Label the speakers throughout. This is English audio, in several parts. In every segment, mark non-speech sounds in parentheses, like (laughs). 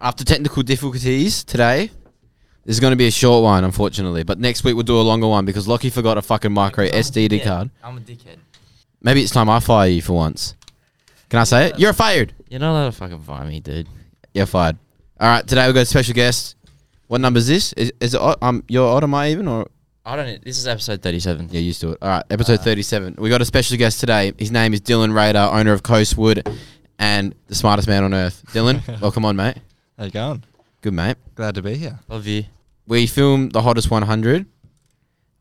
Speaker 1: After technical difficulties today, there's going to be a short one, unfortunately. But next week we'll do a longer one because Lockie forgot a fucking micro SD
Speaker 2: Yeah,
Speaker 1: card.
Speaker 2: I'm a dickhead.
Speaker 1: Maybe it's time I fire you for once. Can I say it? You're fired.
Speaker 2: You're not allowed to fucking fire me, dude.
Speaker 1: You're fired. All right. Today we've got a special guest. What number is this? Is, is it odd? Um, you're odd, am I even? Or
Speaker 2: I don't. e-, This is episode thirty-seven.
Speaker 1: Yeah, used to it. All right,
Speaker 2: Uh.
Speaker 1: episode 37. We got a special guest today. His name is Dylan Raider, owner of Coastwood and the smartest man on earth.
Speaker 2: (laughs)
Speaker 1: Dylan, welcome on, mate.
Speaker 3: How you going?
Speaker 1: Good, mate.
Speaker 3: Glad to be here.
Speaker 2: Love you.
Speaker 1: We filmed the hottest 100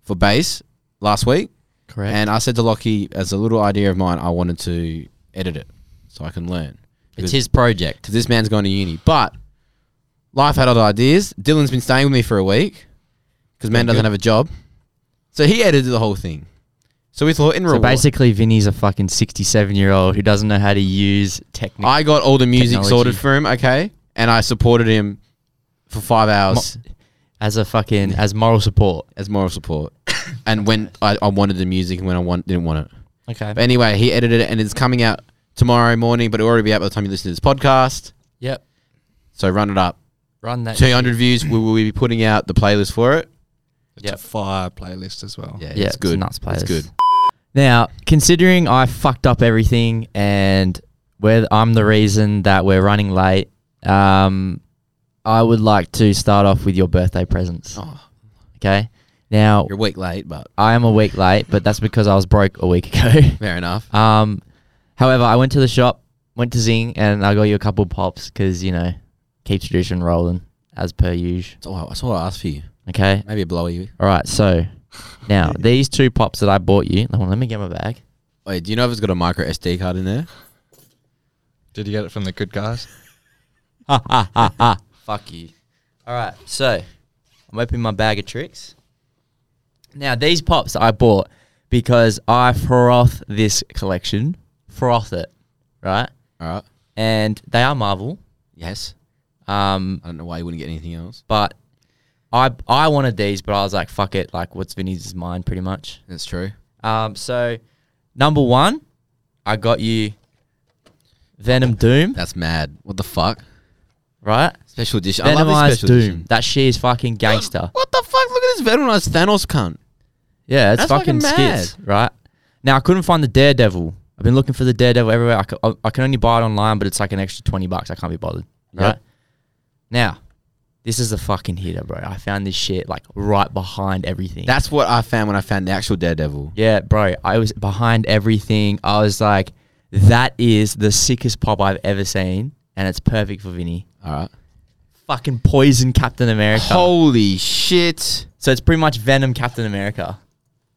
Speaker 1: for base last week,
Speaker 2: Correct.
Speaker 1: and I said to Lockie, as a little idea of mine, I wanted to edit it so I can learn.
Speaker 2: it's his project.
Speaker 1: Because this man's gone to uni. But life had other ideas. Dylan's been staying with me for a week because man doesn't have a job. So he edited the whole thing. So we thought in
Speaker 2: So
Speaker 1: reward.
Speaker 2: basically, Vinny's a fucking sixty-seven-year-old who doesn't know how to use technique.
Speaker 1: I got all the music
Speaker 2: Technology.
Speaker 1: sorted for him, okay, and I supported him for five hours
Speaker 2: as a fucking as moral support.
Speaker 1: as moral
Speaker 2: (coughs)
Speaker 1: support. and when I, I wanted the music, and when I want, didn't want it.
Speaker 2: Okay.
Speaker 1: But anyway, he edited it, and it's coming out tomorrow morning. But it'll already be out by the time you listen to this podcast.
Speaker 2: Yep.
Speaker 1: So run it up.
Speaker 2: Run that.
Speaker 1: Two hundred views. We will be putting out the playlist for it.
Speaker 3: It's
Speaker 2: Yep.
Speaker 3: a fire playlist as well.
Speaker 1: Oh, Yeah,
Speaker 2: Yeah,
Speaker 1: it's good.
Speaker 2: nuts
Speaker 1: It's
Speaker 2: playlist.
Speaker 1: good.
Speaker 2: Now, considering I fucked up everything and where I'm the reason that we're running late, um, I would like to start off with your birthday presents.
Speaker 1: Oh,
Speaker 2: Okay. Now,
Speaker 1: you're a week late, but
Speaker 2: I am a week late, but that's because I was broke a week (laughs) ago.
Speaker 1: fair enough.
Speaker 2: um, however, I went to the shop, went to Zing, and I got you a couple pops because you know, keep tradition rolling as per usual.
Speaker 1: That's all, I- that's all I asked for you.
Speaker 2: Okay.
Speaker 1: Maybe a blowy.
Speaker 2: All right. So now these two pops that I bought you. Hold on, let me get my bag.
Speaker 1: Wait, do you know if it's got a micro SD card in there?
Speaker 3: Did you get it from the good guys?
Speaker 2: Fuck you. All right, so I'm opening my bag of tricks. Now these pops I bought because I froth this collection, froth it, right?
Speaker 1: All right.
Speaker 2: And they are Marvel,
Speaker 1: Yes.
Speaker 2: um,
Speaker 1: I don't know why you wouldn't get anything else.
Speaker 2: but I I wanted these, but I was like, fuck it, like what's Vinny's is mine, pretty much.
Speaker 1: That's true.
Speaker 2: Um, so number one, I got you Venom Doom,
Speaker 1: That's mad. What the fuck?
Speaker 2: right?
Speaker 1: Special edition. I love this
Speaker 2: Venomized
Speaker 1: special
Speaker 2: Doom.
Speaker 1: edition.
Speaker 2: That she is fucking gangster.
Speaker 1: What the fuck? Look at this Venomized Thanos cunt.
Speaker 2: Yeah, it's
Speaker 1: That's
Speaker 2: fucking,
Speaker 1: fucking mad.
Speaker 2: skits, right? Now I couldn't find the Daredevil. I've been looking for the Daredevil everywhere. I c- I- I can, only buy it online, but it's like an extra twenty bucks. I can't be bothered.
Speaker 1: Yep.
Speaker 2: Right now, this is a fucking hitter, bro. I found this shit like right behind everything.
Speaker 1: That's what I found when I found the actual Daredevil.
Speaker 2: yeah, bro. I was behind everything. I was like, that is the sickest pop I've ever seen, and it's perfect for Vinny.
Speaker 1: All right.
Speaker 2: Fucking poison Captain America.
Speaker 1: Holy shit.
Speaker 2: so it's pretty much Venom Captain America.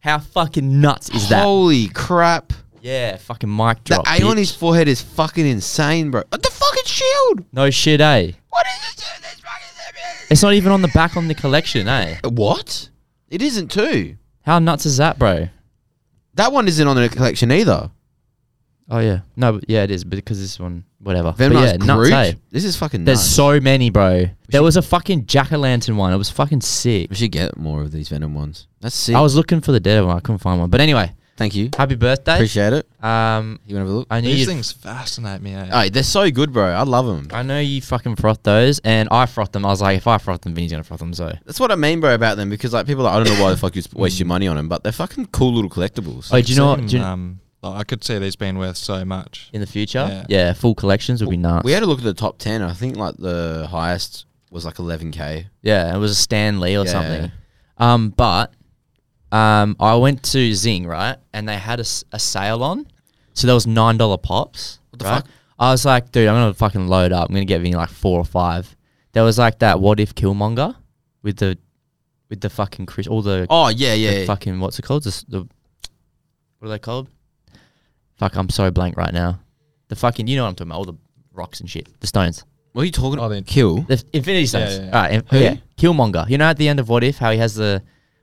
Speaker 2: How fucking nuts is that?
Speaker 1: Holy crap.
Speaker 2: Yeah, fucking mic
Speaker 1: The
Speaker 2: drop.
Speaker 1: eye on
Speaker 2: bitch.
Speaker 1: his forehead is fucking insane, bro. What the fucking shield?
Speaker 2: No shit, eh?
Speaker 1: E What is this? dude? This fucking-
Speaker 2: It's not even on the back on the collection, eh?
Speaker 1: What? It isn't too.
Speaker 2: How nuts is that, bro?
Speaker 1: That one isn't on the collection either.
Speaker 2: Oh yeah, no, but yeah, it is because this one, whatever. But
Speaker 1: Venomized
Speaker 2: yeah, nuts,
Speaker 1: Groot?
Speaker 2: eh?
Speaker 1: This is fucking
Speaker 2: There's
Speaker 1: nuts.
Speaker 2: so many, bro. There
Speaker 1: should-
Speaker 2: was a fucking jack o' lantern one. It was fucking sick.
Speaker 1: we should get more of these Venom ones. That's sick.
Speaker 2: I was looking for the dead one. I couldn't find one. But anyway,
Speaker 1: Thank you.
Speaker 2: happy birthday.
Speaker 1: Appreciate it.
Speaker 2: um,
Speaker 1: You want to have a look?
Speaker 2: I knew
Speaker 3: These
Speaker 2: you.
Speaker 3: things fascinate me. Eh?
Speaker 1: Hey, they're so good, bro. I love them.
Speaker 2: I know you fucking froth those, and I froth them. I was like, if I froth them, Vinny's gonna froth them. So.
Speaker 1: That's what I mean, bro, about them because like people, are like, I don't know why the fuck you sp- waste your money on them, but they're fucking cool little collectibles.
Speaker 2: Oh, do you know what?
Speaker 3: Seem,
Speaker 2: Do you,
Speaker 3: um, like, I could see these being worth so (laughs) much.
Speaker 2: in the future, yeah.
Speaker 3: Yeah.
Speaker 2: full collections would be nuts.
Speaker 1: we had a look at the top ten. I think like the highest was like 11k.
Speaker 2: Yeah, it was a Stan Lee or
Speaker 1: Yeah.
Speaker 2: something. Um, but um, I went to Zing right, and they had a, s- a sale on, so there was nine dollar pops. What
Speaker 1: the fuck?
Speaker 2: I was like, dude, I'm gonna fucking load up. I'm gonna get me like four or five. There was like that what if Killmonger with the with the fucking Chris, all the,
Speaker 1: Oh yeah, yeah.
Speaker 2: the
Speaker 1: yeah.
Speaker 2: fucking what's it called? The, s- the what are they called? Fuck, I'm so blank right now. The fucking you know what I'm talking about? All the rocks and shit, the stones.
Speaker 1: What are you talking
Speaker 3: Oh,
Speaker 1: about?
Speaker 3: then-
Speaker 1: Kill.
Speaker 2: The Infinity Stones.
Speaker 3: yeah, yeah.
Speaker 2: All right. in-
Speaker 1: Who?
Speaker 2: Yeah. Killmonger. You know, at the end of What If, how he has the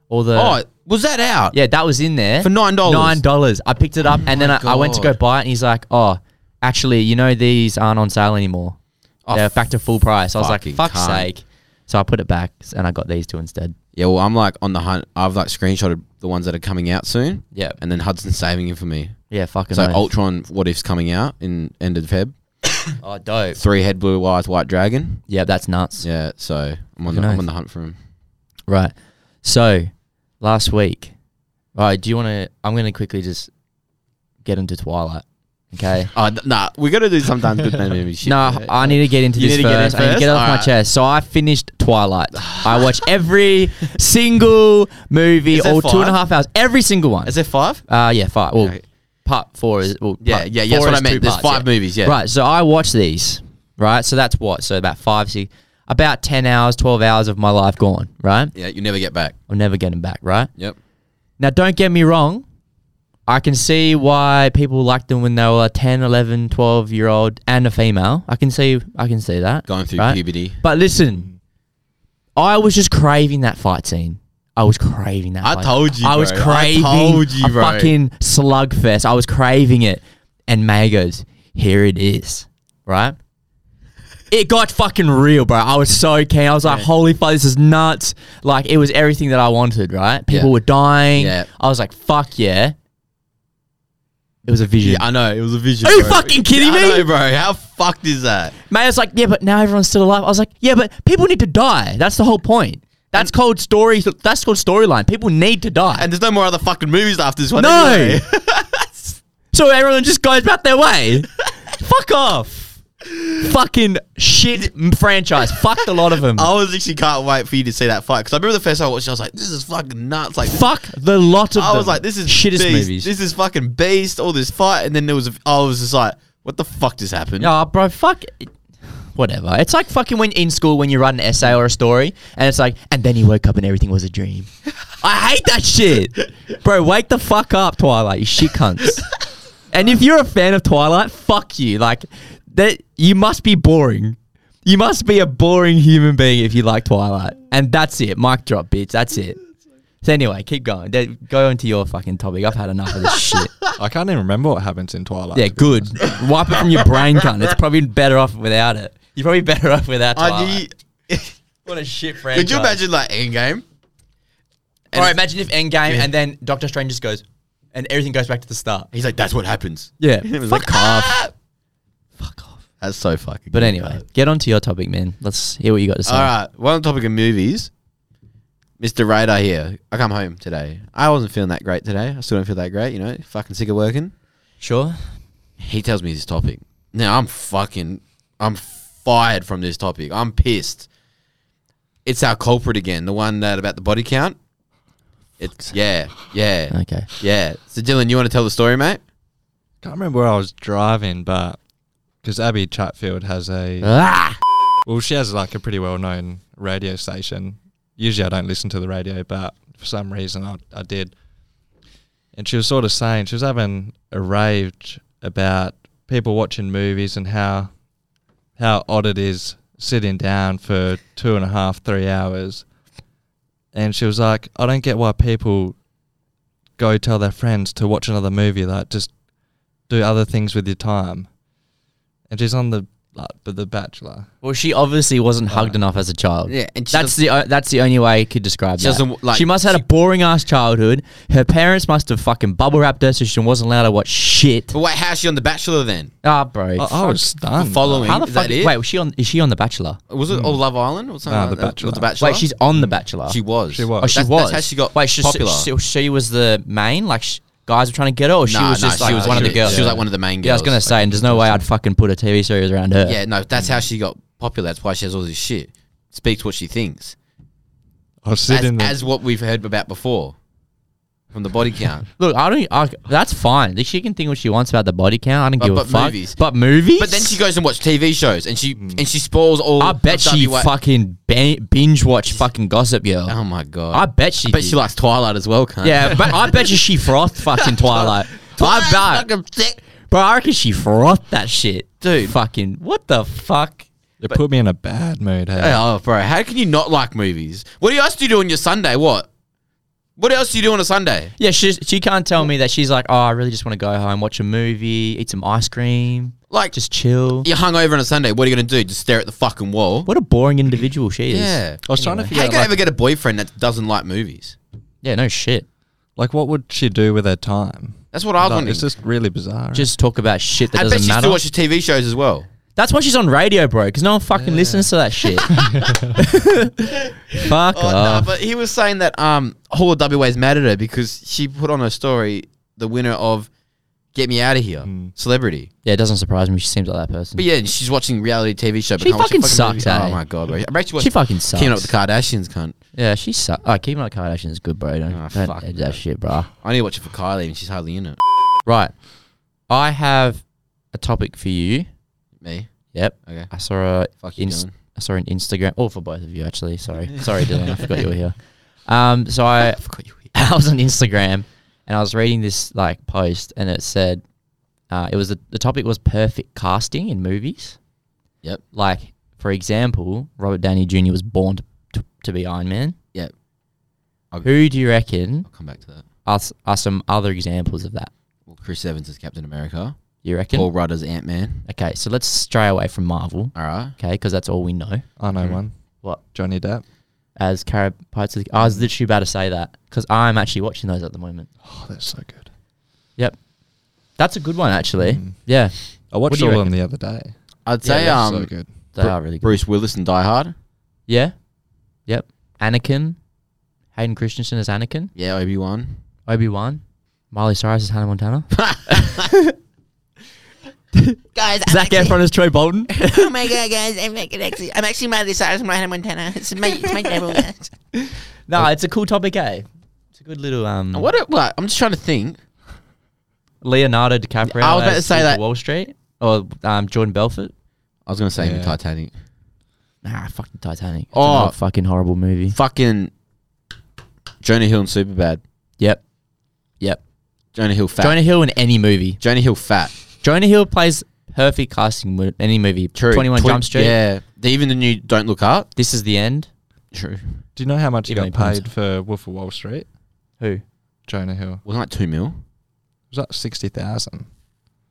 Speaker 2: all the.
Speaker 1: oh, was that out
Speaker 2: yeah, that was in there
Speaker 1: for nine dollars?
Speaker 2: Nine dollars. I picked it up, and then I, I went to go
Speaker 1: God.
Speaker 2: buy it, and he's like, "Oh, actually, you know, these aren't on sale anymore.
Speaker 1: Oh,
Speaker 2: They're back to full price." I was like,
Speaker 1: fucking
Speaker 2: "Fuck's
Speaker 1: cunt.
Speaker 2: sake!" So I put it back, s- and I got these two instead.
Speaker 1: Yeah, well, I'm like on the hunt. I've like screenshotted the ones that are coming out soon,
Speaker 2: Yeah.
Speaker 1: and then Hudson's saving him for me.
Speaker 2: Yeah. Fucking.
Speaker 1: So
Speaker 2: oath.
Speaker 1: Ultron, what if's coming out in end of Feb,
Speaker 2: Oh, dope.
Speaker 1: Three head blue eyes white dragon.
Speaker 2: Yeah, that's nuts.
Speaker 1: Yeah, so I'm on
Speaker 2: Who
Speaker 1: the, I'm
Speaker 2: knows?
Speaker 1: on the hunt for him.
Speaker 2: Right. So, last week, all right, do you want to? I'm going to quickly just get into Twilight. Okay.
Speaker 1: Uh, th- nah, we got to do sometimes good man movie (laughs) shit.
Speaker 2: no,
Speaker 1: yeah.
Speaker 2: I need to get into
Speaker 1: You
Speaker 2: this
Speaker 1: need to get in
Speaker 2: first. I need to get
Speaker 1: first?
Speaker 2: off my
Speaker 1: Alright.
Speaker 2: chest. So I finished
Speaker 1: (laughs)
Speaker 2: Twilight. I watch every single movie,
Speaker 1: Is there
Speaker 2: all two and a
Speaker 1: five?
Speaker 2: half hours, every single one.
Speaker 1: Is there five?
Speaker 2: Uh, yeah, five. Well,
Speaker 1: Okay.
Speaker 2: part four is well,
Speaker 1: Yeah,
Speaker 2: part
Speaker 1: yeah, yeah. That's
Speaker 2: four
Speaker 1: what
Speaker 2: is
Speaker 1: I meant.
Speaker 2: two
Speaker 1: There's
Speaker 2: parts,
Speaker 1: five
Speaker 2: yeah.
Speaker 1: movies. Yeah.
Speaker 2: Right. So I watch these. Right. So that's what. So about five, six, about ten hours, twelve hours of my life gone. Right.
Speaker 1: Yeah, you never get back.
Speaker 2: I'm never getting back. Right.
Speaker 1: Yep.
Speaker 2: Now, don't get me wrong. I can see why people liked them when they were a 10, 11, 12 year old and a female. I can see, I can see that.
Speaker 1: Going through
Speaker 2: right?
Speaker 1: puberty.
Speaker 2: But listen, I was just craving that fight scene. I was craving that.
Speaker 1: I
Speaker 2: fight.
Speaker 1: told you,
Speaker 2: I was
Speaker 1: bro. I
Speaker 2: craving
Speaker 1: told you,
Speaker 2: a
Speaker 1: bro.
Speaker 2: fucking slugfest. I was craving it, and May goes, "Here it is." Right? It got fucking real, bro. I was so keen. I was like, "Holy fuck, this is nuts!" Like it was everything that I wanted. Right? People
Speaker 1: Yeah.
Speaker 2: were dying.
Speaker 1: Yeah.
Speaker 2: I was like, "Fuck yeah!" It was a vision.
Speaker 1: Yeah, I know. It was a vision.
Speaker 2: Are you
Speaker 1: bro.
Speaker 2: fucking kidding
Speaker 1: I
Speaker 2: me?
Speaker 1: know, bro. How fucked is that?
Speaker 2: May was like, yeah, but now everyone's still alive. I was like, yeah, but people need to die. That's the whole point. That's called story. That's called storyline. People need to die.
Speaker 1: And there's no more other fucking movies after this one.
Speaker 2: No.
Speaker 1: anyway. (laughs)
Speaker 2: so everyone just goes about
Speaker 1: (laughs)
Speaker 2: their way. Fuck off. Fucking shit m- franchise. Fucked a lot of them.
Speaker 1: (laughs) I was actually can't wait for you to see that fight because I remember the first time I watched, it, I was like, "This is fucking nuts!" Like,
Speaker 2: Fuck the lot of
Speaker 1: I
Speaker 2: them.
Speaker 1: was like, "This is
Speaker 2: shittest
Speaker 1: beast.
Speaker 2: movies.
Speaker 1: This is fucking beast." All this fight, and then there was, a, I was just like, "What the fuck just happened?"
Speaker 2: Yeah, bro, fuck. it. Whatever. It's like fucking when in school when you write an essay or a story, and it's like, and then he woke up and everything was a dream. I hate that shit, bro. Wake the fuck up, Twilight. You shit cunts. and if you're a fan of Twilight, fuck you. Like that, you must be boring. You must be a boring human being if you like Twilight. And that's it. Mic drop, bitch. That's it. So anyway, keep going. Then Go into your fucking topic. I've had enough of this shit.
Speaker 3: I can't even remember what happens in Twilight.
Speaker 2: Yeah,
Speaker 3: to be honest.
Speaker 2: good. Wipe it from your brain, cunt. It's probably better off without it. You're probably better off without
Speaker 1: I
Speaker 2: Twilight.
Speaker 1: did. (laughs)
Speaker 2: What a shit franchise.
Speaker 1: Could you imagine like Endgame?
Speaker 2: All right, imagine if Endgame and then Doctor Strange just goes and everything goes back to the start.
Speaker 1: He's like, "That's what happens."
Speaker 2: Yeah.
Speaker 1: (laughs) It was
Speaker 2: Fuck
Speaker 1: like,
Speaker 2: off. Fuck off.
Speaker 1: That's so fucking.
Speaker 2: But
Speaker 1: good,
Speaker 2: anyway, get on to your topic, man. Let's hear what you got to say.
Speaker 1: All right. Well, on the topic of movies, Mr. Radar here. I come home today. I wasn't feeling that great today. I still don't feel that great, you know. Fucking sick of working.
Speaker 2: Sure.
Speaker 1: He tells me this topic. Now I'm fucking, I'm fired from this topic. I'm pissed. It's our culprit again, the one that about the body count. It's yeah, yeah,
Speaker 2: Okay.
Speaker 1: yeah. So Dylan, you want to tell the story, mate?
Speaker 3: Can't remember where I was driving, but because Abby Chatfield has a
Speaker 2: Ah!
Speaker 3: well, she has like a pretty well-known radio station. Usually, I don't listen to the radio, but for some reason, I, I did. And she was sort of saying she was having a rave about people watching movies and how how odd it is sitting down for two and a half, three hours. And she was like, I don't get why people go tell their friends to watch another movie. Like, just do other things with your time. And she's on the like, but The Bachelor.
Speaker 2: Well, she obviously wasn't hugged enough as a child.
Speaker 1: Yeah, and she
Speaker 2: that's the o- that's the only way I could describe
Speaker 1: She
Speaker 2: that.
Speaker 1: doesn't w- like-
Speaker 2: she must have had a boring ass childhood. Her parents must have fucking bubble wrapped her, so she wasn't allowed to watch shit.
Speaker 1: But wait, how's she on The Bachelor then?
Speaker 2: Ah, bro.
Speaker 3: I, I was stunned.
Speaker 1: Following
Speaker 2: How the
Speaker 1: is
Speaker 2: fuck?
Speaker 1: that it?
Speaker 2: Wait, was she on? Is she on The Bachelor?
Speaker 1: Was it all Love Island or something?
Speaker 3: Nah,
Speaker 1: like
Speaker 3: The
Speaker 1: that?
Speaker 3: Bachelor.
Speaker 1: The Bachelor.
Speaker 2: Wait, she's on The Bachelor.
Speaker 1: She was.
Speaker 3: She was.
Speaker 2: Oh, she
Speaker 1: That's-
Speaker 2: was.
Speaker 1: That's how she got
Speaker 2: Wait, she,
Speaker 1: popular.
Speaker 2: She, she was the main. Like sh- guys were trying to get her, or she
Speaker 1: Nah,
Speaker 2: was
Speaker 1: nah,
Speaker 2: just like
Speaker 1: she was
Speaker 2: one of
Speaker 1: she
Speaker 2: the girls.
Speaker 1: She was like one of the main girls.
Speaker 2: Yeah, I was gonna say, and there's no way I'd fucking put a TV series around her.
Speaker 1: Yeah, no, that's how she got popular. That's why she has all this shit. Speaks what she thinks.
Speaker 3: I was
Speaker 1: As,
Speaker 3: sitting there.
Speaker 1: as what we've heard about before from the body (laughs) count.
Speaker 2: Look, I don't. I, that's fine. She can think what she wants about the body count. I don't
Speaker 1: But-
Speaker 2: give a
Speaker 1: but
Speaker 2: fuck.
Speaker 1: movies.
Speaker 2: But movies.
Speaker 1: but then she goes and watches TV shows and she and she spoils all.
Speaker 2: I bet
Speaker 1: of
Speaker 2: she
Speaker 1: WA.
Speaker 2: fucking ba- binge watch fucking Gossip Girl.
Speaker 1: Oh my god!
Speaker 2: I bet she.
Speaker 1: I bet
Speaker 2: did.
Speaker 1: she likes Twilight as well. Cunt. (laughs)
Speaker 2: Yeah, but I bet you she frothed fucking Twilight.
Speaker 1: Twilight's
Speaker 2: I bet.
Speaker 1: fucking thick.
Speaker 2: Bro, I reckon she frothed that shit.
Speaker 1: Dude.
Speaker 2: Fucking, what the fuck?
Speaker 3: it put me in a bad mood. Hey.
Speaker 1: Hey, Oh, bro, how can you not like movies? What else do you do on your Sunday? What? What else do you do on a Sunday?
Speaker 2: Yeah, she, she can't tell me that she's like, oh, I really just want to go home, watch a movie, eat some ice cream,
Speaker 1: Like,
Speaker 2: just chill.
Speaker 1: you're hungover on a Sunday. What are you gonna do? Just stare at the fucking wall?
Speaker 2: What a boring individual she is.
Speaker 1: Yeah.
Speaker 3: I was trying to
Speaker 1: How
Speaker 3: figure
Speaker 1: can
Speaker 3: out
Speaker 1: I
Speaker 3: like,
Speaker 1: ever get a boyfriend that doesn't like movies?
Speaker 2: Yeah, no shit.
Speaker 3: like, what would she do with her time?
Speaker 1: That's what I was
Speaker 3: Like,
Speaker 1: wondering.
Speaker 3: it's just really bizarre.
Speaker 2: Just talk about shit that
Speaker 1: I bet
Speaker 2: doesn't
Speaker 1: she
Speaker 2: matter.
Speaker 1: still watches TV shows as well.
Speaker 2: That's why she's on radio, bro, because no one fucking listens to
Speaker 1: (laughs)
Speaker 2: that shit. Fuck
Speaker 1: Oh, nah,
Speaker 2: off.
Speaker 1: but he was saying that um, all of WA's mad at her because she put on her story the winner of Get Me Out of Here,
Speaker 2: Hmm.
Speaker 1: celebrity.
Speaker 2: yeah, it doesn't surprise me. She seems like that person.
Speaker 1: But yeah, she's watching reality TV show. but
Speaker 2: She
Speaker 1: can't watch a
Speaker 2: fucking sucks,
Speaker 1: movie.
Speaker 2: eh?
Speaker 1: Oh my god, bro. I actually
Speaker 2: she
Speaker 1: watched
Speaker 2: fucking sucks.
Speaker 1: Keeping Up with the Kardashians, cunt.
Speaker 2: yeah, she sucks. Oh, Keeping Up with the Kardashians is good, bro. Don't,
Speaker 1: Ah,
Speaker 2: don't
Speaker 1: fuck,
Speaker 2: edge
Speaker 1: bro.
Speaker 2: that shit, bro.
Speaker 1: I need to watch it for Kylie, and she's hardly in it.
Speaker 2: Right. I have a topic for you.
Speaker 1: Me,
Speaker 2: Yep.
Speaker 1: okay.
Speaker 2: I saw a
Speaker 1: Fuck you,
Speaker 2: Inst-
Speaker 1: Dylan.
Speaker 2: I saw an Instagram. Oh, for both of you, actually.
Speaker 1: (laughs)
Speaker 2: Sorry. Sorry, Dylan. I forgot you were here. Um, so I, (laughs)
Speaker 1: I forgot you. were here.
Speaker 2: I was on Instagram and I was reading this like post and it said uh, it was the the topic was perfect casting in movies.
Speaker 1: Yep.
Speaker 2: Like for example, Robert Downey Jr. was born to, to be Iron Man.
Speaker 1: Yep.
Speaker 2: Who do you reckon
Speaker 1: I'll come back to that.
Speaker 2: are, s- are some other examples of that?
Speaker 1: Well, Chris Evans is Captain America.
Speaker 2: You reckon?
Speaker 1: Paul Rudd is Ant Man.
Speaker 2: Okay, so let's stray away from Marvel,
Speaker 1: All right.
Speaker 2: okay, because that's all we know.
Speaker 3: I know one.
Speaker 2: What?
Speaker 3: Johnny Depp.
Speaker 2: As Cara Pites, I was literally about to say that because I'm actually watching those at the moment.
Speaker 3: Oh, that's so good.
Speaker 2: Yep, that's a good one actually.
Speaker 3: Mm.
Speaker 2: Yeah,
Speaker 3: I watched
Speaker 2: do you
Speaker 3: all of them the other day.
Speaker 1: I'd
Speaker 2: Yeah,
Speaker 1: say
Speaker 2: that's
Speaker 1: um,
Speaker 3: so good.
Speaker 2: they
Speaker 1: Bru-
Speaker 2: are really good.
Speaker 1: Bruce Willis and Die Hard.
Speaker 2: Yeah. Yep. Anakin. Hayden Christensen as Anakin.
Speaker 1: Yeah, Obi Wan.
Speaker 2: Obi Wan. Miley Cyrus as Hannah (laughs) Montana.
Speaker 4: Guys,
Speaker 2: Zach Efron as Troy Bolton.
Speaker 4: oh my god, guys, I'm like, actually, I'm actually Miley Cyrus from Hannah Montana. It's my, it's my devil.
Speaker 2: (laughs) no, it's a cool topic, eh? It's a good little um.
Speaker 1: What? A, what? I'm just trying to think.
Speaker 2: Leonardo DiCaprio.
Speaker 1: I was about to
Speaker 2: as
Speaker 1: say
Speaker 2: Wolf of
Speaker 1: that.
Speaker 2: Wall Street or um Jordan Belfort.
Speaker 1: I was gonna say him in
Speaker 3: Yeah.
Speaker 1: Titanic.
Speaker 2: Nah, fucking Titanic. It's
Speaker 1: Oh.
Speaker 2: another fucking horrible movie.
Speaker 1: Fucking Jonah Hill and Superbad.
Speaker 2: Yep. Yep.
Speaker 1: Jonah Hill fat.
Speaker 2: Jonah Hill in any movie.
Speaker 1: Jonah Hill fat.
Speaker 2: Jonah Hill plays perfect casting in any movie.
Speaker 1: True.
Speaker 2: Twenty One
Speaker 1: Twen-
Speaker 2: Jump Street.
Speaker 1: Yeah. The, even the new Don't Look Up.
Speaker 2: This is the end.
Speaker 1: True.
Speaker 3: Do you know how much he
Speaker 2: Even
Speaker 3: got
Speaker 2: though he
Speaker 3: paid for Wolf of Wall Street?
Speaker 2: Who?
Speaker 3: Jonah Hill.
Speaker 1: Wasn't that two mil?
Speaker 3: Was that sixty thousand?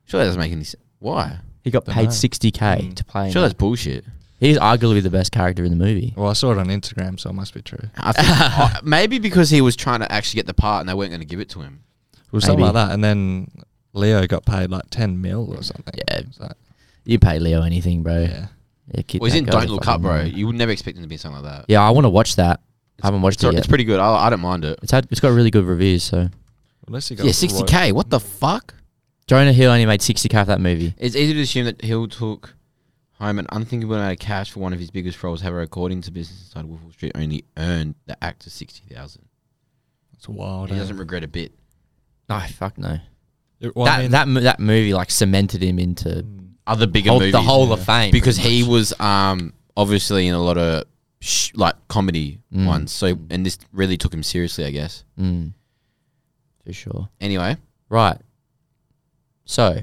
Speaker 1: Sure, that doesn't make any sense. Why?
Speaker 2: He got
Speaker 3: Dunno.
Speaker 2: paid sixty k
Speaker 3: Mm.
Speaker 2: to play. in
Speaker 1: Hmm. Sure,
Speaker 2: that.
Speaker 1: that's
Speaker 2: (laughs)
Speaker 1: bullshit.
Speaker 2: He's arguably the best character in the movie.
Speaker 3: Well, I saw it on Instagram, so it must be true.
Speaker 1: I think, I- maybe because he was trying to actually get the part and they weren't going to give it to him.
Speaker 3: It was something
Speaker 2: Maybe.
Speaker 3: like that, and then Leo got paid like ten mil or something.
Speaker 2: Yeah.
Speaker 3: It's like,
Speaker 2: You pay Leo anything, bro. Yeah.
Speaker 3: yeah.
Speaker 2: kid,
Speaker 1: Well, he's
Speaker 2: that
Speaker 1: in
Speaker 2: girl's a
Speaker 1: Don't Look
Speaker 2: fucking
Speaker 1: Up, bro.
Speaker 2: woman.
Speaker 1: You would never expect him to be in something like that.
Speaker 2: Yeah, I want to watch that. I haven't watched
Speaker 1: It's,
Speaker 2: it yet.
Speaker 1: it's pretty good. I, I don't mind it.
Speaker 2: It's had it's got really good reviews. So
Speaker 3: Unless he got
Speaker 1: Yeah, 60k. What the fuck?
Speaker 2: Jonah Hill only made sixty k for that movie.
Speaker 1: It's easy to assume that Hill took home an unthinkable amount of cash for one of his biggest roles. However, according to Business Insider, Wolf of Wall Street only earned the actor sixty thousand.
Speaker 3: It's wild.
Speaker 1: He
Speaker 3: eh?
Speaker 1: doesn't regret a bit.
Speaker 2: No, fuck no.
Speaker 3: It- well,
Speaker 2: that
Speaker 3: I mean, mm,
Speaker 2: that mo- that movie like cemented him into
Speaker 1: Other bigger
Speaker 2: whole-
Speaker 1: movies,
Speaker 2: the whole of fame
Speaker 1: because
Speaker 2: pretty
Speaker 1: he
Speaker 2: much.
Speaker 1: was um obviously in a lot of sh- like comedy
Speaker 2: Mm.
Speaker 1: ones. So and this really took him seriously, I guess.
Speaker 2: Mm, for sure.
Speaker 1: Anyway,
Speaker 2: Right. So,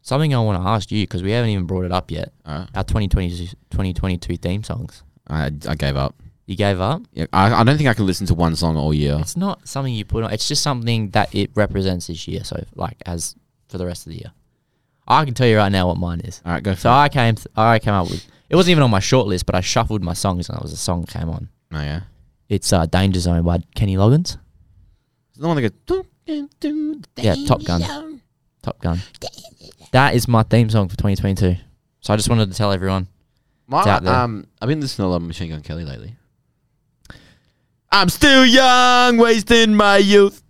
Speaker 2: something I want to ask you because we haven't even brought it up yet.
Speaker 1: all right,
Speaker 2: Our 2020, 2022 theme songs.
Speaker 1: uh, I I gave up.
Speaker 2: You gave up.
Speaker 1: Yeah, I, I don't think I can listen to one song all year.
Speaker 2: It's not something you put on. It's just something that it represents this year. So like as for the rest of the year, I can tell you right now what mine is.
Speaker 1: All right, go for
Speaker 2: So I came, th- I came up with. It wasn't even on my short list, but I shuffled my songs and that was a song that came on.
Speaker 1: it. No, yeah.
Speaker 2: It's uh, "Danger Zone" by Kenny Loggins,
Speaker 1: It's the one that goes. "Dun, dun, dun,
Speaker 2: Yeah, Top Gun.
Speaker 4: Gun.
Speaker 2: Top Gun. That is my theme song for 2022. So I just wanted to tell everyone.
Speaker 1: My,
Speaker 2: It's out there.
Speaker 1: um, I've been listening to a lot of Machine Gun Kelly lately. I'm still young, wasting my youth.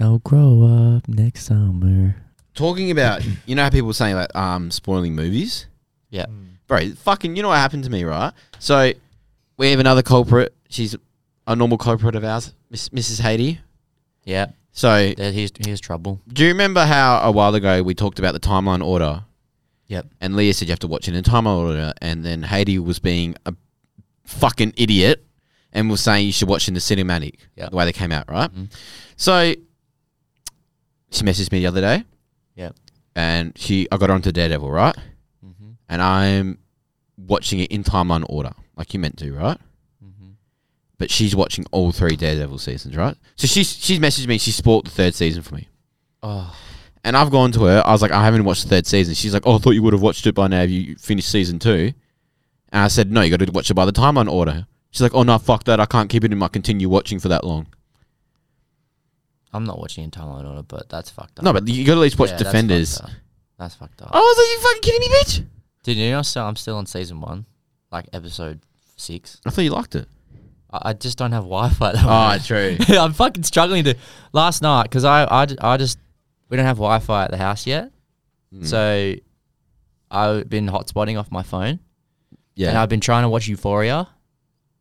Speaker 2: I'll grow up next summer.
Speaker 1: Talking
Speaker 2: (coughs)
Speaker 1: about, you know how people were saying like, um, spoiling movies,
Speaker 2: Yeah.
Speaker 3: mm.
Speaker 1: bro. Fucking, you know what happened to me, right? So we have another culprit. She's a normal culprit of ours, Miss, Mrs. Haiti.
Speaker 2: Yeah.
Speaker 1: So,
Speaker 2: There, here's here's trouble.
Speaker 1: do you remember how a while ago we talked about the timeline order?
Speaker 2: Yep.
Speaker 1: And Leah said you have to watch it in timeline order, and then Haiti was being a fucking idiot and was saying you should watch in the cinematic,
Speaker 2: Yep.
Speaker 1: the way they came out, right?
Speaker 2: Mhm.
Speaker 1: So she messaged me the other day.
Speaker 2: Yep.
Speaker 1: And she, I got her onto Daredevil, right?
Speaker 2: Mm-hmm.
Speaker 1: And I'm watching it in timeline order, like you meant to, right?
Speaker 2: Mm-hmm.
Speaker 1: But she's watching all three Daredevil seasons, right? So she's she's messaged me. She spoiled the third season for me.
Speaker 2: Oh.
Speaker 1: And I've gone to her. I was like, I haven't watched the third season. She's like, Oh, I thought you would have watched it by now. Have you finished season two? And I said, No, you got to watch it by the timeline order. She's like, Oh no, fuck that. I can't keep it in my continue watching for that long.
Speaker 2: I'm not watching in timeline order, but that's fucked up.
Speaker 1: No, but you got to at least watch
Speaker 2: Yeah, that's
Speaker 1: Defenders. Oh,
Speaker 2: fucked up. That's fucked up.
Speaker 1: I was like, You fucking kidding me, bitch?
Speaker 2: Dude, you know, so I'm still on season one, like episode six.
Speaker 1: I thought you liked it. (laughs)
Speaker 2: I, I just don't have Wi-Fi. at the
Speaker 1: Oh, (laughs)
Speaker 2: moment. (laughs)
Speaker 1: true.
Speaker 2: I'm fucking struggling to. Last night, because I, I, j- I just we don't have Wi-Fi at the house yet,
Speaker 1: Mm.
Speaker 2: so I've been hotspotting off my phone, and
Speaker 1: Yeah.
Speaker 2: I've been trying to watch Euphoria,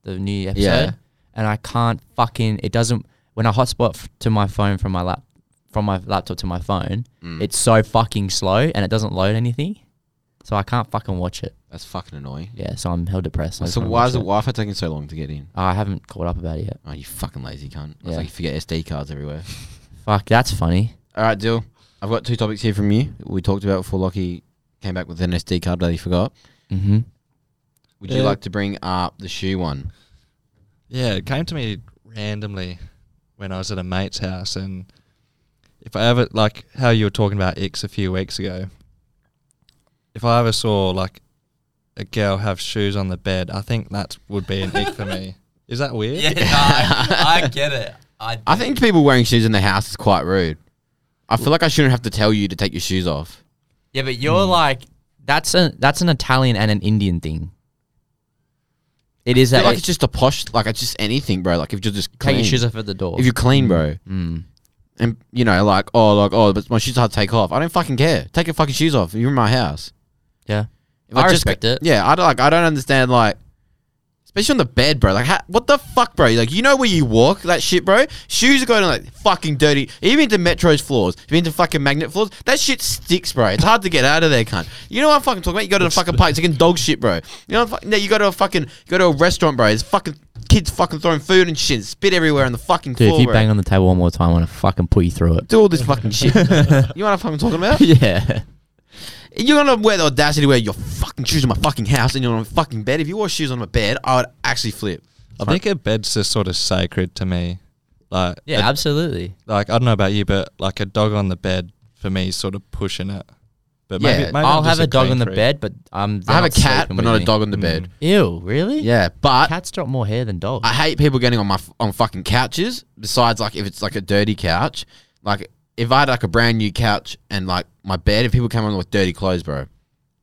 Speaker 2: the new episode,
Speaker 1: Yeah.
Speaker 2: and I can't fucking. It doesn't. When I hotspot f- to my phone from my lap, from my laptop to my phone,
Speaker 1: Mm.
Speaker 2: it's so fucking slow, and it doesn't load anything, so I can't fucking watch it.
Speaker 1: That's fucking annoying.
Speaker 2: Yeah, so I'm hell depressed. I just
Speaker 1: So
Speaker 2: wanna
Speaker 1: why
Speaker 2: watch Oh,
Speaker 1: is the Wi-Fi taking so long to get in?
Speaker 2: I haven't caught up about it yet.
Speaker 1: Oh, you fucking lazy cunt. It's
Speaker 2: Yeah.
Speaker 1: like you forget SD cards everywhere.
Speaker 2: Fuck, that's funny.
Speaker 1: All right, Dill. I've got two topics here from you. We talked about before Lockie came back with an SD card that he forgot.
Speaker 2: (laughs) Mm-hmm.
Speaker 1: Would you
Speaker 3: Yeah.
Speaker 1: like to bring up the shoe one?
Speaker 3: Yeah, it came to me randomly when I was at a mate's house, and if I ever like how you were talking about X a few weeks ago, if I ever saw like a girl have shoes on the bed, I think that would be an ick
Speaker 2: (laughs)
Speaker 3: for me. Is that weird?
Speaker 2: I, get it. I,
Speaker 1: I think people wearing shoes in the house is quite rude. I feel like I shouldn't have to tell you to take your shoes off.
Speaker 2: yeah, but you're
Speaker 1: Mm.
Speaker 2: like that's a that's an Italian and an Indian thing. It is
Speaker 1: I
Speaker 2: that
Speaker 1: feel like it's just a posh, like it's just anything, bro. Like if you're just
Speaker 2: take
Speaker 1: clean.
Speaker 2: your shoes off at the door.
Speaker 1: if you're clean, bro,
Speaker 2: Mm.
Speaker 1: and you know, like oh, like oh, but my shoes are hard to take off. I don't fucking care. Take your fucking shoes off. You're in my house.
Speaker 2: Yeah,
Speaker 1: If
Speaker 2: I
Speaker 1: just-
Speaker 2: respect it.
Speaker 1: Yeah, I don't like. I don't understand like, especially on the bed, bro. Like, how, what the fuck, bro? Like, you know where you walk, that shit, bro. Shoes are going on like fucking dirty. Even into metro's floors, even into fucking magnet floors. That shit sticks, bro. It's hard to get out of there, cunt. You know what I'm fucking talking about? You go to the fucking park, it's fucking dog shit, bro. You know, what I'm fucking, no, you go to a fucking, you go to a restaurant, bro. There's fucking kids fucking throwing food and shit, spit everywhere on the fucking
Speaker 2: dude.
Speaker 1: floor,
Speaker 2: if you
Speaker 1: bro.
Speaker 2: bang on the table one more time, I'm gonna fucking put you
Speaker 1: (laughs)
Speaker 2: through it.
Speaker 1: Do all this fucking shit. you know what I'm fucking talking about?
Speaker 2: (laughs) yeah,
Speaker 1: You're gonna wear the audacity to wear your fucking shoes in my fucking house and you're on my fucking bed. If you wore shoes on my bed, I would actually flip.
Speaker 3: I think a bed's just sort of sacred to me. Like
Speaker 2: yeah,
Speaker 3: a-
Speaker 2: absolutely.
Speaker 3: like I don't know about you, but like a dog on the bed for me is sort of pushing it. But maybe,
Speaker 1: Yeah,
Speaker 3: maybe
Speaker 2: I'll
Speaker 3: I'm
Speaker 2: have
Speaker 3: just
Speaker 2: a dog
Speaker 3: clean
Speaker 2: on the
Speaker 3: freak.
Speaker 2: bed, but I'm.
Speaker 1: I have a cat, but not a dog on the
Speaker 2: Mm.
Speaker 1: bed.
Speaker 2: Ew, really?
Speaker 1: Yeah, but
Speaker 2: Cats drop more hair than dogs.
Speaker 1: I hate people getting on my f- on fucking couches. Besides, like if it's like a dirty couch, like if I had like a brand new couch and like my bed, if people come on with dirty clothes, bro,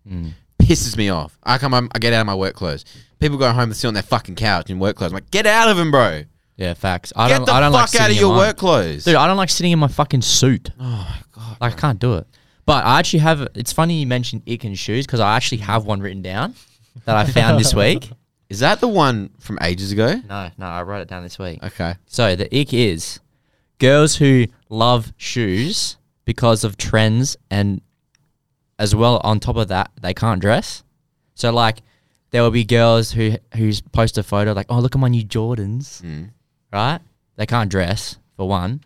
Speaker 2: Mm.
Speaker 1: pisses me off. I come home, I get out of my work clothes. People go home and sit on their fucking couch in work clothes. I'm like, get out of them, bro.
Speaker 2: yeah, facts. I
Speaker 1: Get
Speaker 2: don't.
Speaker 1: the
Speaker 2: I
Speaker 1: fuck
Speaker 2: don't like
Speaker 1: out
Speaker 2: sitting
Speaker 1: of
Speaker 2: in
Speaker 1: your
Speaker 2: mine.
Speaker 1: work clothes.
Speaker 2: Dude, I don't like sitting in my fucking suit.
Speaker 1: Oh my god.
Speaker 2: Like, I can't do it. But I actually have. It's funny you mentioned ick and shoes because I actually have one written down that I found this week.
Speaker 1: Is that the one from ages ago?
Speaker 2: No, no, I wrote it down this week.
Speaker 1: Okay.
Speaker 2: So the ick is girls who love shoes because of trends, and as well on top of that, they can't dress. So like, there will be girls who who post a photo like, "Oh, look at my new Jordans,"
Speaker 1: Mm.
Speaker 2: right? They can't dress for one.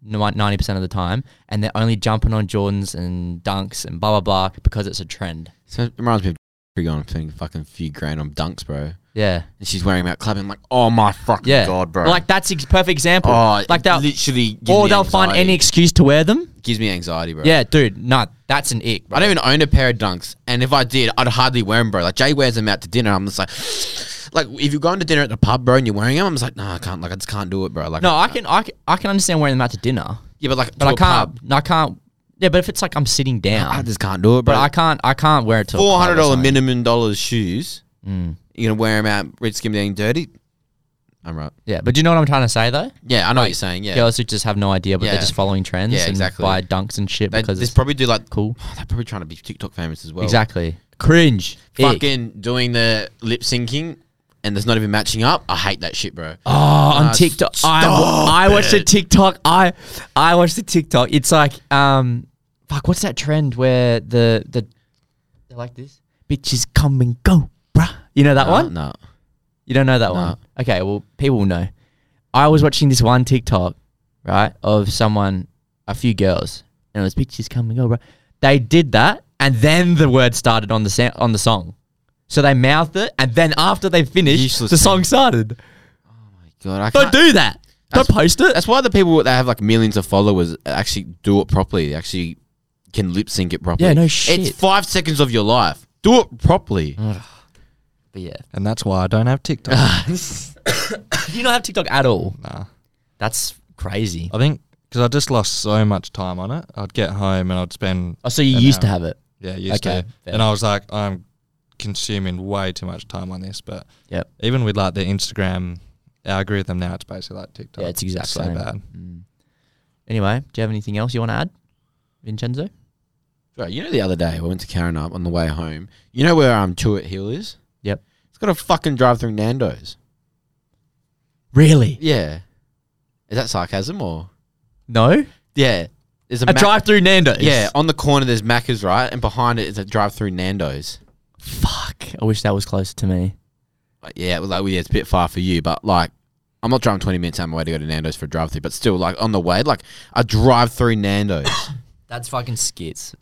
Speaker 2: Ninety percent of the time, and they're only jumping on Jordans and Dunks and blah blah blah because it's a trend.
Speaker 1: So it reminds me of going and spending fucking few grand on dunks, bro.
Speaker 2: Yeah,
Speaker 1: And she's wearing them out club. And I'm like, oh my fucking
Speaker 2: yeah.
Speaker 1: god, bro.
Speaker 2: Like that's a perfect example.
Speaker 1: oh,
Speaker 2: like
Speaker 1: that.
Speaker 2: that,
Speaker 1: Literally, gives
Speaker 2: or
Speaker 1: me
Speaker 2: they'll find
Speaker 1: anxiety.
Speaker 2: any excuse to wear them.
Speaker 1: gives me anxiety, bro.
Speaker 2: Yeah, dude, nah, that's an ick.
Speaker 1: I don't even own a pair of dunks, and if I did, I'd hardly wear them, bro. Like Jay wears them out to dinner. I'm just like, (sighs) like if you're going to dinner at the pub, bro, and you're wearing them, I'm just like, nah, I can't. Like I just can't do it, bro. Like
Speaker 2: No, I can, I can, I can understand wearing them out to dinner,
Speaker 1: yeah, but like,
Speaker 2: but
Speaker 1: to
Speaker 2: I
Speaker 1: a
Speaker 2: can't,
Speaker 1: pub,
Speaker 2: no, I can't. Yeah, but if it's like I'm sitting
Speaker 1: I
Speaker 2: down,
Speaker 1: just can't do it, bro.
Speaker 2: but I can't, I can't wear it Mm. to a pub or
Speaker 1: four hundred dollar
Speaker 2: something.
Speaker 1: minimum dollars shoes. You're gonna wear them out, red skin being dirty. I'm right.
Speaker 2: Yeah, but do you know what I'm trying to say though?
Speaker 1: Yeah, I know what you're saying. Yeah,
Speaker 2: Girls who just have no idea, but
Speaker 1: Yeah.
Speaker 2: they're just following trends.
Speaker 1: Yeah,
Speaker 2: and
Speaker 1: exactly.
Speaker 2: Buy dunks and shit
Speaker 1: they,
Speaker 2: because
Speaker 1: they
Speaker 2: it's
Speaker 1: probably do like
Speaker 2: cool.
Speaker 1: (sighs) They're probably trying to be TikTok famous as well.
Speaker 2: Exactly. Cringe. Ick.
Speaker 1: Fucking doing the lip syncing and there's not even matching up. I hate that shit, bro.
Speaker 2: Oh, on
Speaker 1: Nah,
Speaker 2: TikTok, I,
Speaker 1: stop
Speaker 2: I watched the
Speaker 1: it.
Speaker 2: TikTok. I I watched the TikTok. It's like um, fuck, what's that trend where the the they're like this bitches come and go, bruh. You know that
Speaker 1: Nah,
Speaker 2: one?
Speaker 1: nah.
Speaker 2: You don't know that one? Okay, well, people will know. I was watching this one TikTok, right, of someone, a few girls, and it was pictures come and go, bro. They did that, and then the word started on the sa- on the song. So they mouthed it, and then after they finished,
Speaker 1: Useless
Speaker 2: the
Speaker 1: thing.
Speaker 2: song started.
Speaker 1: God, I
Speaker 2: Don't
Speaker 1: can't.
Speaker 2: do that. Don't post it.
Speaker 1: That's why the people that have like millions of followers actually do it properly. They actually can lip sync it properly.
Speaker 2: Yeah, no shit.
Speaker 1: It's five seconds of your life. Do it properly.
Speaker 2: But yeah,
Speaker 3: and that's why I don't
Speaker 2: (laughs)
Speaker 3: have TikTok.
Speaker 2: do you not have TikTok at all?
Speaker 3: nah.
Speaker 2: That's crazy.
Speaker 3: I think because I just lost so much time on it. I'd get home and I'd spend
Speaker 2: Oh, so you
Speaker 3: an
Speaker 2: used to
Speaker 3: hour.
Speaker 2: have it?
Speaker 3: yeah used
Speaker 2: Okay,
Speaker 3: to,
Speaker 2: fair.
Speaker 3: and I was like, I'm consuming way too much time on this, but
Speaker 2: Yep.
Speaker 3: even with like the Instagram algorithm now, it's basically like TikTok.
Speaker 2: Yeah, it's exactly
Speaker 3: so bad.
Speaker 2: Anyway, do you have anything else you want to add, Vincenzo?
Speaker 1: Right, you know the other day I went to Karanup on the way home. You know where um Tuart Hill is?
Speaker 2: Yep.
Speaker 1: It's got a fucking drive through Nando's.
Speaker 2: Really?
Speaker 1: Yeah. Is that sarcasm or?
Speaker 2: No.
Speaker 1: Yeah. There's a,
Speaker 2: A
Speaker 1: Mac-
Speaker 2: drive-through Nando's.
Speaker 1: Yeah, on the corner there's Macca's, right? And behind it is a drive through Nando's.
Speaker 2: Fuck. I wish that was closer to me.
Speaker 1: Like, yeah, well, like, well, yeah, it's a bit far for you, but like, I'm not driving 20 minutes out of my way to go to Nando's for a drive through, but still, like, on the way, like, a drive through
Speaker 2: (coughs)
Speaker 1: Nando's.
Speaker 2: That's fucking skits.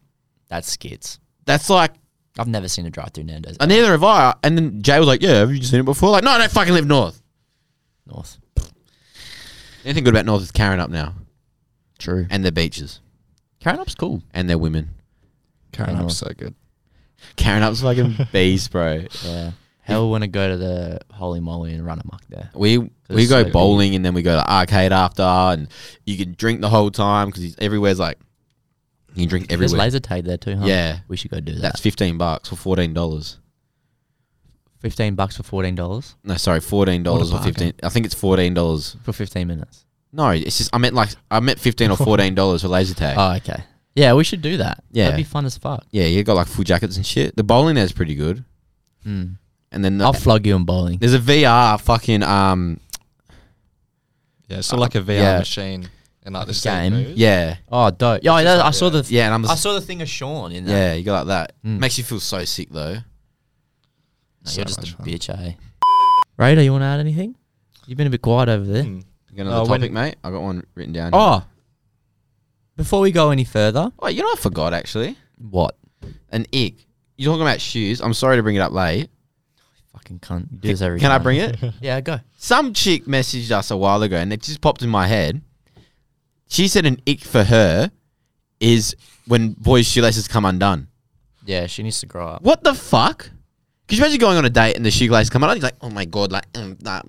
Speaker 2: That's skits.
Speaker 1: That's like,
Speaker 2: I've never seen a drive-through Nando's
Speaker 1: and neither have I. And then Jay was like, Yeah, have you seen it before? Like, no, I don't fucking live north.
Speaker 2: north.
Speaker 1: Anything good about north is Karen up now
Speaker 2: True.
Speaker 1: and their beaches
Speaker 2: Karen up's cool.
Speaker 1: and their women.
Speaker 3: Karen,
Speaker 2: Hang on.
Speaker 3: I'm so good.
Speaker 1: Karen up's
Speaker 2: (laughs)
Speaker 1: fucking beast, bro.
Speaker 2: Yeah. Hell, want to go to the Holy Moly and run amok there.
Speaker 1: We we go
Speaker 2: so-
Speaker 1: bowling and then we go to arcade after, and you can drink the whole time because everywhere's like you can drink
Speaker 2: There's
Speaker 1: everywhere.
Speaker 2: laser tag there too, huh?
Speaker 1: Yeah.
Speaker 2: We should go do that.
Speaker 1: That's fifteen bucks for fourteen dollars.
Speaker 2: fifteen bucks for fourteen dollars
Speaker 1: No, sorry, fourteen dollars or
Speaker 3: bargain.
Speaker 1: fifteen. I think it's fourteen dollars.
Speaker 2: for fifteen minutes.
Speaker 1: No, it's just I meant like I meant fifteen
Speaker 2: (laughs)
Speaker 1: or fourteen dollars for laser tag.
Speaker 2: Oh, okay. Yeah, we should do that.
Speaker 1: Yeah.
Speaker 2: That'd be fun as fuck.
Speaker 1: yeah, you got like full jackets and shit. The bowling there's pretty good,
Speaker 2: Mm.
Speaker 1: and then
Speaker 2: I'll
Speaker 1: the,
Speaker 2: flog you in bowling.
Speaker 1: there's a VR fucking um
Speaker 3: Yeah, so like a VR
Speaker 1: yeah.
Speaker 3: machine and like the
Speaker 2: Game.
Speaker 3: same moves.
Speaker 1: yeah
Speaker 2: Oh, dope. Yeah, I, know- I saw the
Speaker 1: yeah, and I'm
Speaker 2: I
Speaker 1: just,
Speaker 2: saw the thing of Sean in there.
Speaker 1: yeah you got like that.
Speaker 2: Mm.
Speaker 1: Makes you feel so sick though.
Speaker 2: No,
Speaker 3: So
Speaker 2: you're just a
Speaker 3: much fun.
Speaker 2: bitch, eh? Raider, you want to add anything? You've been a bit quiet over there.
Speaker 3: Hmm.
Speaker 1: You got another
Speaker 3: Oh, when-
Speaker 1: topic, mate. I got one written down. here.
Speaker 2: Oh, before we go any further,
Speaker 1: oh, you know I forgot actually.
Speaker 2: what?
Speaker 1: an ick. You're talking about shoes. I'm sorry to bring it up late.
Speaker 2: Fucking cunt. You do this every
Speaker 1: Can I
Speaker 2: time.
Speaker 1: bring
Speaker 2: (laughs)
Speaker 1: it?
Speaker 2: Yeah, go.
Speaker 1: Some chick messaged us a while ago and it just popped in my head. She said an ick for her is when boys' shoelaces come undone.
Speaker 2: Yeah, she needs to grow up.
Speaker 1: What the fuck? Could you imagine going on a date and the shoelaces come undone? You're like, oh my god, like, mm, nah,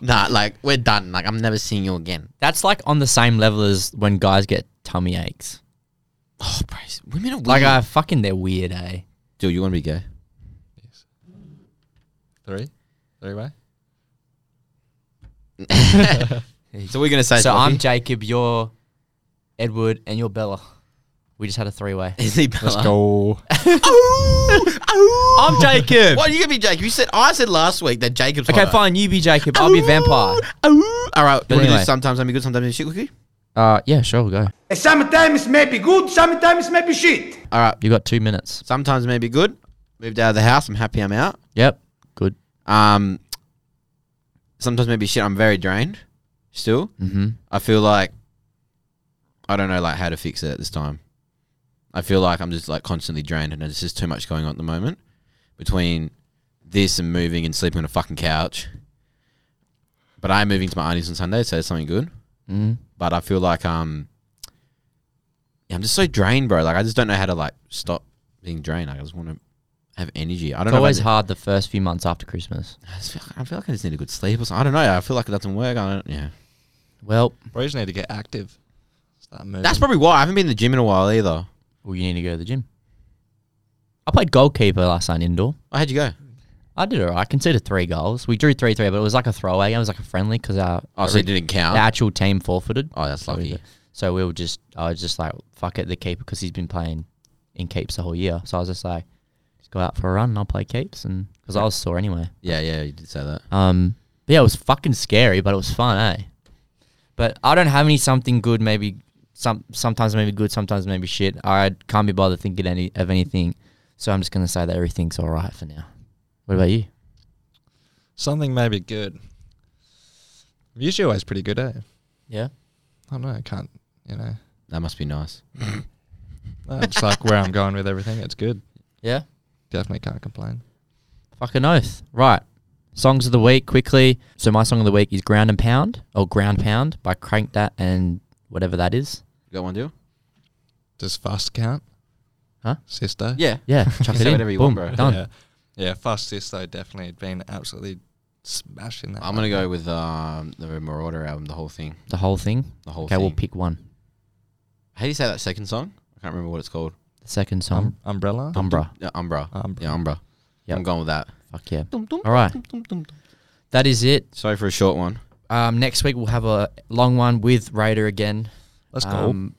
Speaker 1: nah, like we're done. Like I'm never seeing you again.
Speaker 2: That's like on the same level as when guys get tummy aches.
Speaker 1: Oh, praise. Women are weird.
Speaker 2: Like, I fucking, they're weird, eh?
Speaker 1: dude, you want to be gay?
Speaker 3: Three?
Speaker 2: (laughs)
Speaker 3: Three way?
Speaker 1: So we're gonna say.
Speaker 2: So I'm
Speaker 1: Sophie?
Speaker 2: Jacob, you're Edward, and you're Bella. We just had a three way.
Speaker 1: Is he
Speaker 3: Let's
Speaker 1: Bella?
Speaker 3: go.
Speaker 1: Oh, oh.
Speaker 2: (laughs) I'm Jacob.
Speaker 1: Why are you gonna be Jacob? You said I said last week that Jacob's
Speaker 2: Okay,
Speaker 1: hotter.
Speaker 2: fine. You be Jacob. I'll be vampire.
Speaker 1: Oh, all right.
Speaker 2: But
Speaker 1: wanna do
Speaker 2: anyway.
Speaker 1: sometimes I'm good, sometimes I'm shit cookie.
Speaker 2: Uh, yeah, sure, we'll go.
Speaker 5: And sometimes it may be good, sometimes it may be shit.
Speaker 1: All right.
Speaker 2: You got two minutes.
Speaker 1: Sometimes maybe good. Moved out of the house. I'm happy. I'm out.
Speaker 2: Yep. Good.
Speaker 1: Um. Sometimes maybe shit. I'm very drained. Still,
Speaker 2: Mm-hmm.
Speaker 1: I feel like I don't know like how to fix it at this time. I feel like I'm just like constantly drained, and there's just too much going on at the moment between this and moving and sleeping on a fucking couch. But I'm moving to my auntie's on Sunday, so that's something good.
Speaker 2: Mm.
Speaker 1: but I feel like um, yeah, I'm just so drained, bro. Like I just don't know how to like stop being drained. Like, I just want to have energy. I don't
Speaker 2: It's
Speaker 1: know. if I
Speaker 2: always
Speaker 1: ju-
Speaker 2: hard the first few months after Christmas.
Speaker 1: I, just feel, I feel like I just need a good sleep or something. I don't know. I feel like it doesn't work. I don't. Yeah,
Speaker 2: Well,
Speaker 3: Bro, you just need to get active. Start moving.
Speaker 1: that's probably why I haven't been in the gym in a while either.
Speaker 2: well, you need to go to the gym. I played goalkeeper last night indoor.
Speaker 1: Oh, how'd you go?
Speaker 2: I did all right. I conceded three goals. We drew 3 3, but it was like a throwaway game. It was like a friendly because our
Speaker 1: Oh, so it didn't count.
Speaker 2: the actual team forfeited.
Speaker 1: oh, that's
Speaker 2: So we
Speaker 1: lucky.
Speaker 2: did- So we were just, I was just like, fuck it, the keeper, because he's been playing in keeps the whole year. So I was just like, just go out for a run and I'll play keeps. and Because I was sore anyway.
Speaker 1: Yeah, yeah, you did say that.
Speaker 2: Um, but yeah, it was fucking scary, but it was fun, eh? But I don't have any something good. Maybe some sometimes maybe good, sometimes maybe shit. I can't be bothered thinking any of anything, so I'm just gonna say that everything's all right for now. What about you?
Speaker 3: Something maybe good. I'm usually always pretty good, eh?
Speaker 2: Yeah.
Speaker 3: I don't know. I can't, you know.
Speaker 1: That must be nice.
Speaker 3: No, it's Uh, like where I'm going with everything. It's good.
Speaker 2: Yeah.
Speaker 3: Definitely can't complain.
Speaker 2: Fucking oath. Right. Songs of the week quickly. So my song of the week is Ground and Pound or Ground Pound by Crank That and whatever that is.
Speaker 1: You got one deal?
Speaker 3: Does fast count?
Speaker 2: Huh?
Speaker 3: Sister?
Speaker 1: Yeah.
Speaker 2: Yeah. Chuck
Speaker 1: You
Speaker 2: it
Speaker 1: say
Speaker 2: in.
Speaker 1: whatever you
Speaker 2: Boom.
Speaker 1: want, bro.
Speaker 2: Done.
Speaker 3: Yeah. Yeah, fast sister definitely had been absolutely smashing that.
Speaker 1: I'm
Speaker 3: one.
Speaker 1: gonna go with um, the Marauder album, the whole thing,
Speaker 2: The whole thing.
Speaker 1: the whole
Speaker 2: Okay,
Speaker 1: thing.
Speaker 2: we'll pick one.
Speaker 1: How do you say that second song? I can't remember what it's called.
Speaker 2: The second song.
Speaker 3: Um, umbrella.
Speaker 2: Umbra.
Speaker 1: Yeah, Umbra.
Speaker 3: Umbra.
Speaker 1: Yeah, Umbra.
Speaker 2: Yep.
Speaker 1: I'm going with that.
Speaker 2: Fuck yeah.
Speaker 4: Dum, dum,
Speaker 2: All right.
Speaker 4: dum, dum, dum.
Speaker 2: That is it.
Speaker 1: Sorry for a short one.
Speaker 2: Um, next week we'll have a long one with Raider again.
Speaker 3: Let's go.
Speaker 2: um,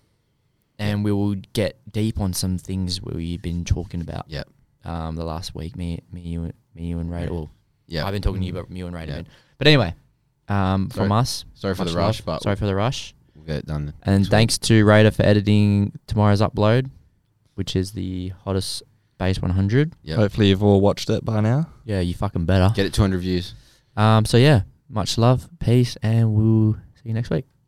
Speaker 2: And we will get deep on some things we've been talking about.
Speaker 1: Yep.
Speaker 2: Um, the last week, me, me, you, and- me, you, and Raider. Well,
Speaker 1: Yeah. Mm-hmm.
Speaker 2: I've been talking to you about me you and Raider.
Speaker 1: Yeah.
Speaker 2: man. But anyway, um,
Speaker 1: Sorry-
Speaker 2: from us.
Speaker 1: sorry for the
Speaker 2: much
Speaker 1: rush,
Speaker 2: love.
Speaker 1: but-
Speaker 2: sorry for the rush.
Speaker 1: we'll get it done.
Speaker 2: And
Speaker 1: next week.
Speaker 2: thanks to Raider for editing tomorrow's upload, which is the hottest base 100.
Speaker 1: Yep.
Speaker 3: Hopefully, you've all watched it by now.
Speaker 2: Yeah, you fucking better.
Speaker 1: Get it 200 views.
Speaker 2: Um, so yeah, much love, peace, and we'll see you next week.